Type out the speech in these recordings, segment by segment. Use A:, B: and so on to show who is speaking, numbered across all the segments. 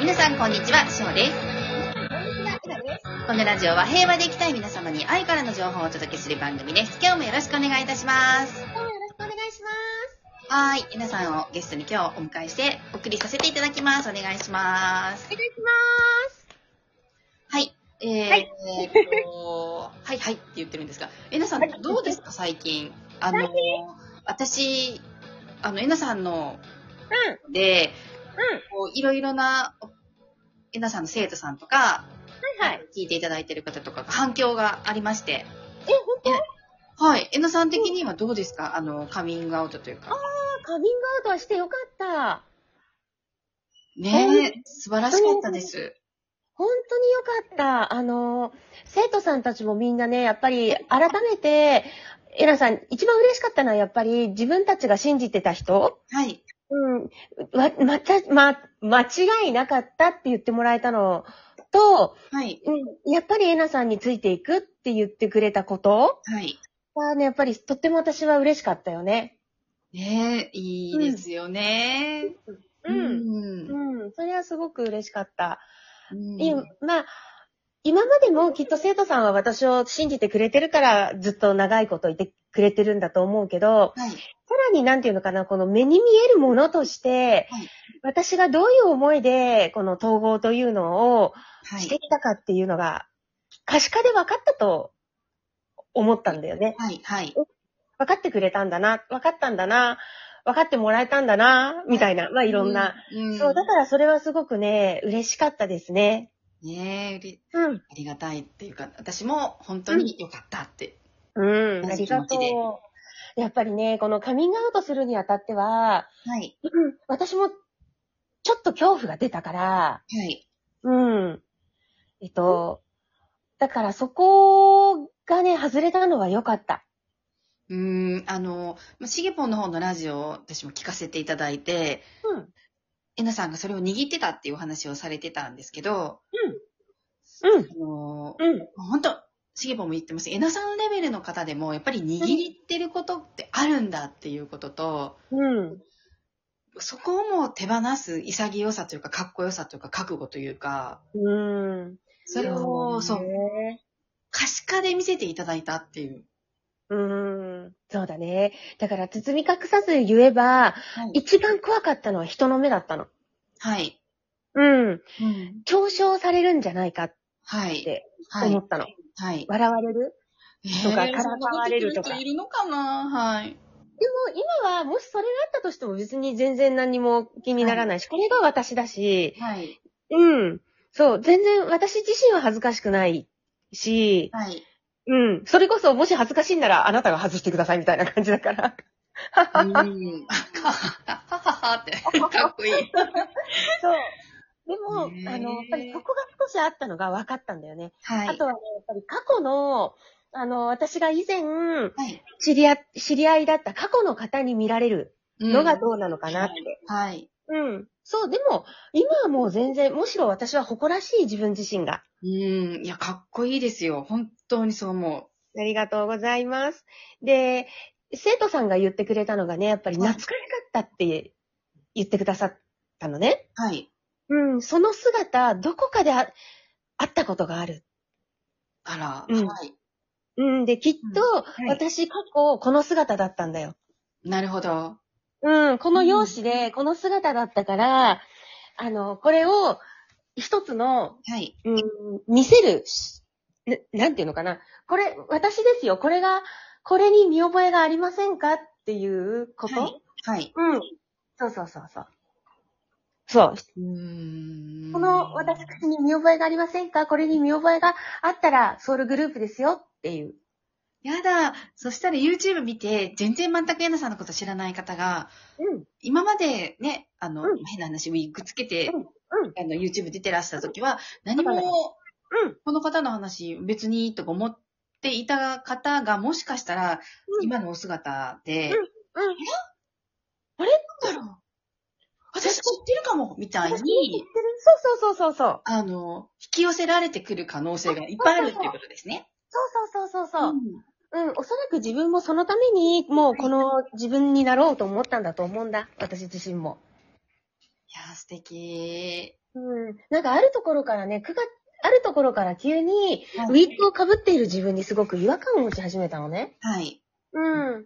A: 皆さんこんにちは、しほです。このラジオは平和で生きたい皆様に愛からの情報をお届けする番組です。今日もよろしくお願いいたします。はーい、皆さんをゲストに今日お迎えしてお送りさせていただきます。お願いします。はい。えー、
B: はい
A: えーっと、はいはいって言ってるんですが、えなさん
B: はい
A: どうですか最近。あの
B: 最、
A: 私、あの、えなさんので、こういろいろな、えなさんの生徒さんとか、聞いていただいてる方とかが反響がありまして。はい。えなさん的にはどうですかあの、カミングアウトというか。
B: カミングアウトはしてよかった。
A: ねえ、素晴らしかったです。
B: 本当によかった。あの、生徒さんたちもみんなね、やっぱり改めて、エラさん、一番嬉しかったのはやっぱり自分たちが信じてた人
A: はい。
B: うん。わ、また、ま、間違いなかったって言ってもらえたのと、
A: はい。
B: うん、やっぱりエナさんについていくって言ってくれたこと
A: はい。
B: はね、やっぱりとっても私は嬉しかったよね。
A: ねえ、いいですよね。
B: う。ん。それはすごく嬉しかった。
A: うん
B: いまあ、今までもきっと生徒さんは私を信じてくれてるからずっと長いこといてくれてるんだと思うけど、
A: はい。
B: さらになんていうのかな、この目に見えるものとして、
A: はい
B: 私がどういう思いでこの統合というのを
A: は
B: して
A: い。
B: きたかっていうのが、可視化で分かったと思ったんだよね。
A: はい。はい。
B: 分かってくれたんだな、分かったんだな、分かってもらえたんだな、みたいな、まあいろんな。
A: うん。うん
B: そう、だからそれはすごくね、嬉しかったですね。
A: ねえ、うれ
B: うん。
A: ありがたいっていうか、私も本当に良かったって。
B: うん、
A: 同
B: あ
A: じ
B: り
A: 気
B: が
A: 持ち
B: と
A: で
B: う。やっぱりね、このカミングアウトするにあたっては、
A: はい。
B: 私もちょっと恐怖が出たから、
A: はい。
B: うん。えっと、だからそこがね、外れたのは良かった。
A: うーん、あの、まあしげぽんの方のラジオを私も聞かせていただいて、
B: うん。
A: えなさんがそれを握ってたっていうお話をされてたんですけど、
B: うん。
A: あの、
B: うん。
A: 本当しげぽんも言ってます。えなさんレベルの方でも、やっぱり握ってることってあるんだっていうことと、
B: うん。
A: そこをもう手放す潔さというか、かっこよさというか、覚悟というか、
B: うん。
A: それを、そう、
B: ね
A: 可視化で見せていただいたっていう。
B: うーんそうだね。だから包み隠さず言え
A: は
B: ば、
A: い。
B: 一番怖かったのは人の目だったの。
A: はい。
B: うん。
A: うん
B: 嘲笑されるんじゃないかって
A: はい。はい
B: 思。ったの。
A: はい。
B: 笑われるとか
A: えー
B: からかわれるとか
A: そんなこと言って人いるのかなはい。
B: でも今は、もしそれがあったとしても別に全然何も気にならないし、これが私だし、
A: はい。
B: うん。そう、全然私自身は恥ずかしくないし、
A: はい。
B: うん。それこそもし恥ずかしいんならあなたが外してくださいみたいな感じだから。
A: うん。 かはははって、かっこいい。
B: そう。でも、
A: ねえ
B: あの、やっぱりそこが少しあったのが分かったんだよね。
A: はい。
B: あとはね、やっぱり過去の、あの、私が以前、
A: はい。
B: 知り合、知り合いだった過去の方に見られるのがどうなのかなって。
A: はい。
B: うん。そう、でも、今はもう全然、むしろ私は誇らしい自分自身が。
A: うん。いや、かっこいいですよ。本当にそう思
B: ありがとうございます。で、生徒さんが言ってくれたのがね、やっぱり
A: はい
B: 懐かしかったって言ってくださったのね。
A: う。はい。
B: うん、その姿、どこかでああったことがある。
A: あら。
B: うん
A: はい。
B: うん、で、きっと、
A: い
B: 私過去、この姿だったんだよ。
A: なるほど。
B: うん、この容姿で、この姿だったから、あの、これを、一つの、
A: はい。
B: うん、見せるし、ななんていうのかな。これ、私ですよ。これが、これに見覚えがありませんかっていうこと、
A: はい。はい。
B: うん。そうそうそうそう。そう。
A: うん
B: この私に見覚えがありませんかこれに見覚えがあったら、ソウルグループですよっていう。
A: やだ。そしたら YouTube 見て、全然全くエナさんのこと知らない方が、
B: うん。
A: 今までね、あの、
B: うん
A: 変な話、ウィッグつけて、
B: うん。
A: あの、YouTube 出てらした時は、何
B: はい
A: も、
B: うん
A: この方の話、別に、とか思っていた方が、もしかしたら、
B: うん
A: 今のお姿で、
B: うん。
A: なんだろう私知ってるかもみたいに、
B: そうそうそうそうそう。
A: あの、引き寄せられてくる可能性がいっぱいあるっていうことですね。
B: そうそうそうそうそう。
A: ん
B: うん、おそらく自分もそのために、もうこの自分になろうと思ったんだと思うんだ。私自身も。
A: いや、素敵。
B: うん。なんかあるところからね、9月、あるところから急に、ウ
A: はい。
B: ィッグを被っている自分にすごく違和感を持ち始めたのね。
A: はい。
B: うん。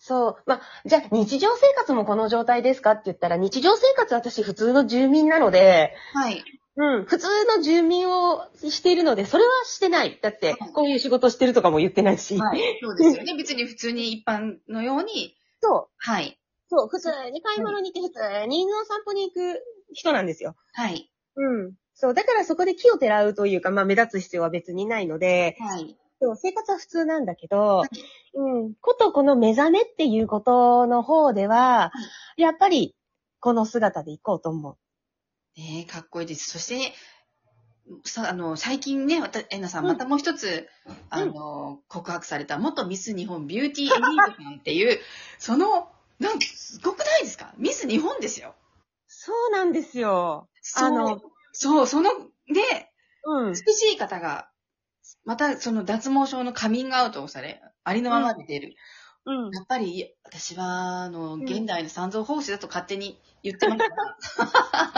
B: そう。まあ、じゃあ日常生活もこの状態ですかって言ったら、日常生活私普通の住民なので、
A: はい。
B: うん、普通の住民をしているので、それはしてない。だって
A: はい、
B: こういう仕事してるとかも言ってないし。
A: はい。そうですよね。別に普通に一般のように、
B: そう。
A: はい。
B: そう、普通に買い物に行って、普通に犬を散歩に行く人なんですよ。
A: はい。
B: うん。そう、だからそこで木をてらうというか、まあ目立つ必要は別にないので、
A: はい。
B: そう、生活は普通なんだけど、うん、ことこの目覚めっていうことの方では、やっぱり、この姿で行こうと思う。
A: ねえ、かっこいいです。そして、さ、あの、最近ね、わた、えなさん、
B: うん
A: またもう一つ、あの、告白された、元ミス日本ビューティーエリートさんっていう、その、なんか、すごくないですかミス日本ですよ。
B: そうなんですよ。あの
A: そう、そう、その、ね、
B: うん。
A: 美しい方が、またその脱毛症のカミングアウトをされ、ありのままで出る。
B: うん。
A: やっぱり、私は、あの、
B: ん
A: 現代の三蔵法師だと勝手に言ってますから。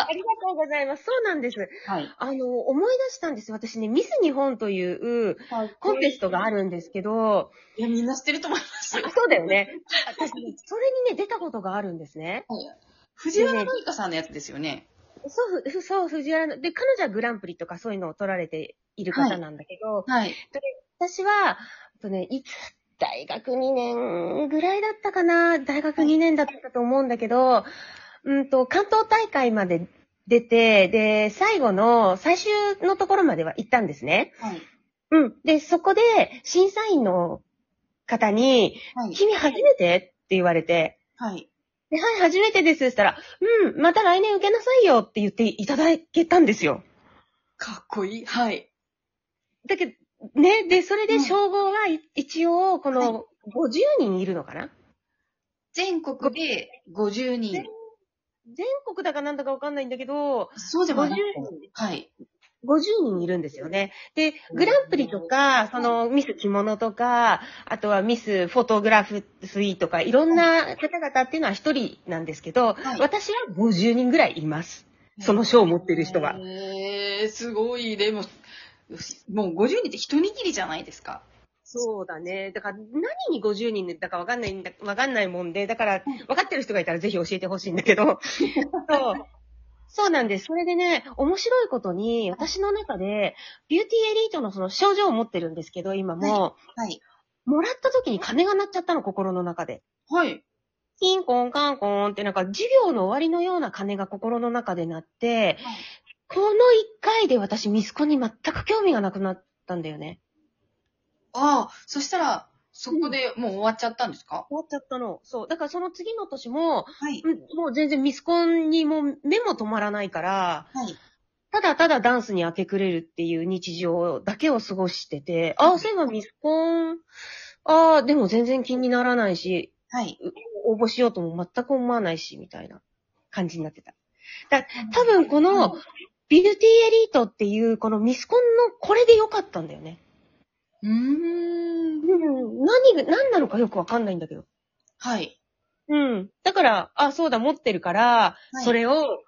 B: ありがとうございます。そうなんです。
A: はい。
B: あの、思い出したんです。私ね、ミス日本というコンテストがあるんですけど、
A: いや、みんな知ってると思いますよ。
B: そうだよね。私ね、それにね、出たことがあるんですね。
A: 藤原紀香さんのやつですよね。
B: そうふ、そう、藤原の、で、彼女はグランプリとかそういうのを取られている方なんだけど、
A: はい。
B: 私は、あとね、いつ、大学2年ぐらいだったかな大学2年だったと思うんだけど、うんと、関東大会まで出て、で、最後の、最終のところまでは行ったんですね。
A: はい。
B: うん。で、そこで、審査員の方に、
A: はい。
B: 君初めてって言われて、
A: はい。
B: ではい、初めてですって言ったら、うん、また来年受けなさいよって言っていただけたんですよ。
A: かっこいい。はい。
B: だけど、ね、で、それ
A: う
B: で
A: ん
B: 称号がい一応、この50人いるのかな
A: 全国で50人。
B: 全国だかなんだかわかんないんだけど、
A: そうでもない。はい。
B: 50人いるんですよね。で、グランプリとか、そのミス着物とか、あとはミスフォトグラフスイーとか、いろんな方々っていうのは一人なんですけど、
A: はい
B: 私は50人ぐらいいます。その賞を持ってる人が。
A: えー、すごい。でも、もう50人って一握りじゃないですか。
B: そうだね。だから、何に50人だかわかんないんだ、わかんないもんで、だから、わかってる人がいたらぜひ教えてほしいんだけ ど。そう。そうなんです。それでね、面白いことに、私の中で、ビューティーエリートのその症状を持ってるんですけど、今も、
A: はい。
B: もらった時に鐘が鳴っちゃったの、心の中で。
A: はい。
B: キンコンカンコンってなんか、授業の終わりのような鐘が心の中で鳴って、この一回で私、ミスコに全く興味がなくなったんだよね。
A: ああ、そしたら、そこでもう終わっちゃったんですか、
B: 終わっちゃったの。そう。だからその次の年も、
A: はい。
B: うんもう全然ミスコンにもう目も止まらないから、
A: はい。
B: ただただダンスに明け暮れるっていう日常だけを過ごしてて、ああ、そういえばミスコン、ああ、でも全然気にならないし、
A: はい。
B: 応募しようとも全く思わないし、みたいな感じになってた。だ多分この、ビューティーエリートっていう、このミスコンのこれで良かったんだよね。
A: うーん。
B: うん、何が、何なのかよくわかんないんだけど。
A: はい。
B: うん。だから、あ、そうだ、持ってるから、
A: はい
B: それを、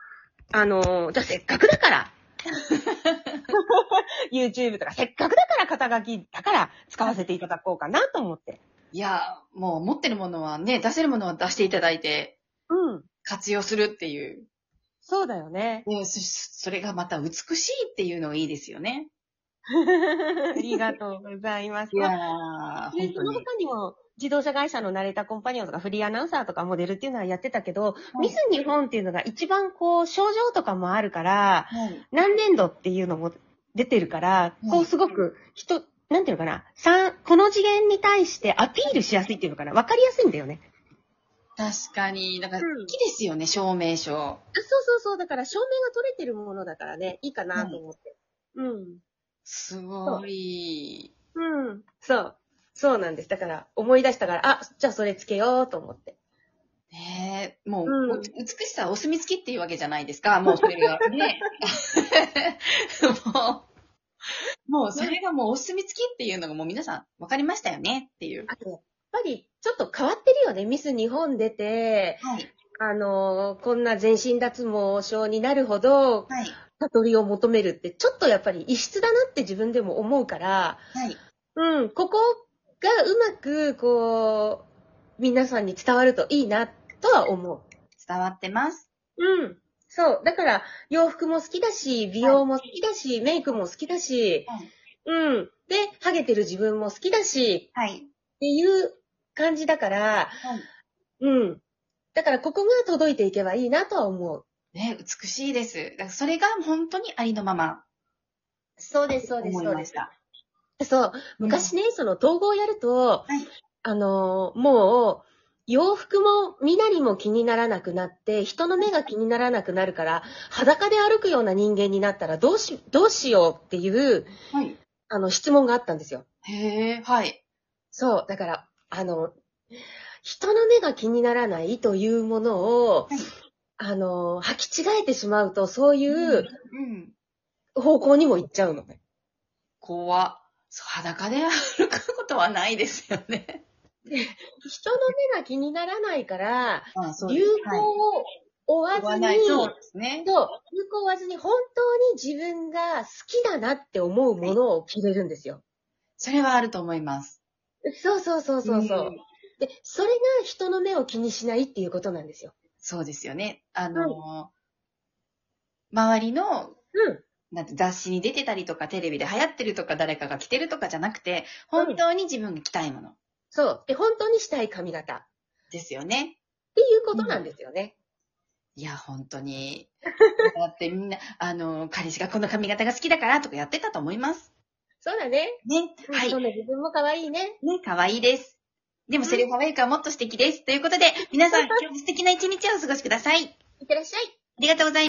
B: あのー、じゃあせっかくだ から、YouTube とか、せっかくだから肩書きだから使わせていただこうかなと思って。
A: いや、もう持ってるものはね、出せるものは出していただいて、
B: うん。
A: 活用するっていう。。
B: そうだよね
A: ねそそれがまた美しいっていうのがいいですよね。
B: ありがとうございます。
A: いやー、
B: で
A: 本
B: そ
A: 当
B: の
A: に。
B: 他にも、自動車会社のナレーターコンパニオンとかフリーアナウンサーとかモデルっていうのはやってたけど、ミス日本っていうのが一番こう、症状とかもあるから、
A: はい。
B: 何年度っていうのも出てるから、
A: うん
B: こうすごく人、なんていうのかな、三、この次元に対してアピールしやすいっていうのかな、わかりやすいんだよね。
A: 確かに、なんか、好
B: うん
A: きですよね、証明書。
B: そうそうそう、だから証明が取れてるものだからね、いいか
A: なと
B: 思って。うん。
A: すごい。
B: うん。そう。そうなんです。だから、思い出したから、あ、じゃあそれつけようと思って。
A: ねえ、もう、
B: うん
A: お美しさはお墨付きっていうわけじゃないですか、もうそれが。 ねもう、もうそれがもうお墨付きっていうのがもう皆さん分かりましたよねっていう。
B: あと、やっぱり、ちょっと変わってるよね。ミス日本出て、
A: はい。
B: あのーこんな全身脱毛症になるほど、
A: はい。
B: 悟りを求めるって、ちょっとやっぱり異質だなって自分でも思うから、
A: はい。
B: うん、ここがうまく、こう、皆さんに伝わるといいな、とは思う。
A: 伝わってます。
B: うん。そう。だから、洋服も好きだし、美容も好きだし、メイクも好きだし、
A: はい
B: うん。で、ハゲてる自分も好きだし、
A: はい。
B: っていう感じだから、
A: はい
B: うん。だから、ここが届いていけばいいなとは思う。
A: ね、美しいです。だからそれが本当にありのまま。
B: そうです、そうで
A: 思
B: す、
A: い
B: そう
A: ま
B: で
A: し
B: す。
A: た。
B: そう。昔ね、その統合やる
A: は
B: と、
A: い
B: あのーもう、洋服も身なりも気にならなくなって、人の目が気にならなくなるから、裸で歩くような人間になったらどうし、どうしようっていう、
A: はい。
B: あの、質問があったんですよ。
A: へえ、はい。
B: そう。だから、あの、人の目が気にならないというものを、
A: はい
B: あのー、履き違えてしまうと、そういう
A: うん。
B: 方向にも行っちゃうのね。
A: 怖っそう裸で歩くことはないですよね。
B: 人の目が気にならないから、
A: あそ
B: 流行を追わずに、
A: そうですね。
B: そう、流行を追わずに本当に自分が好きだなって思うものを着れるんですよ。
A: それはあると思います。
B: そうそうそうそうそう、
A: ん
B: で、それが人の目を気にしないっていうことなんですよ。
A: そうですよね。あのー周りの、
B: うん。
A: なんて雑誌に出てたりとか、テレビで流行ってるとか、誰かが着てるとかじゃなくて、本当に自分が着たいもの
B: そう。で、本当にしたい髪型っ
A: ですよね。
B: ていうことなんですよね。
A: いや、本当に。だってみんな、あのー、彼氏がこの髪型が好きだからとかやってたと思います。
B: そうだね。
A: ね。はい。
B: そんな自分も可愛いね。
A: ね、可愛いです。でもセルフアウェイクはもっと素敵です。ということで、皆さん、今日も素敵な一日をお過ごしください。
B: いってらっしゃい。
A: ありがとうございます。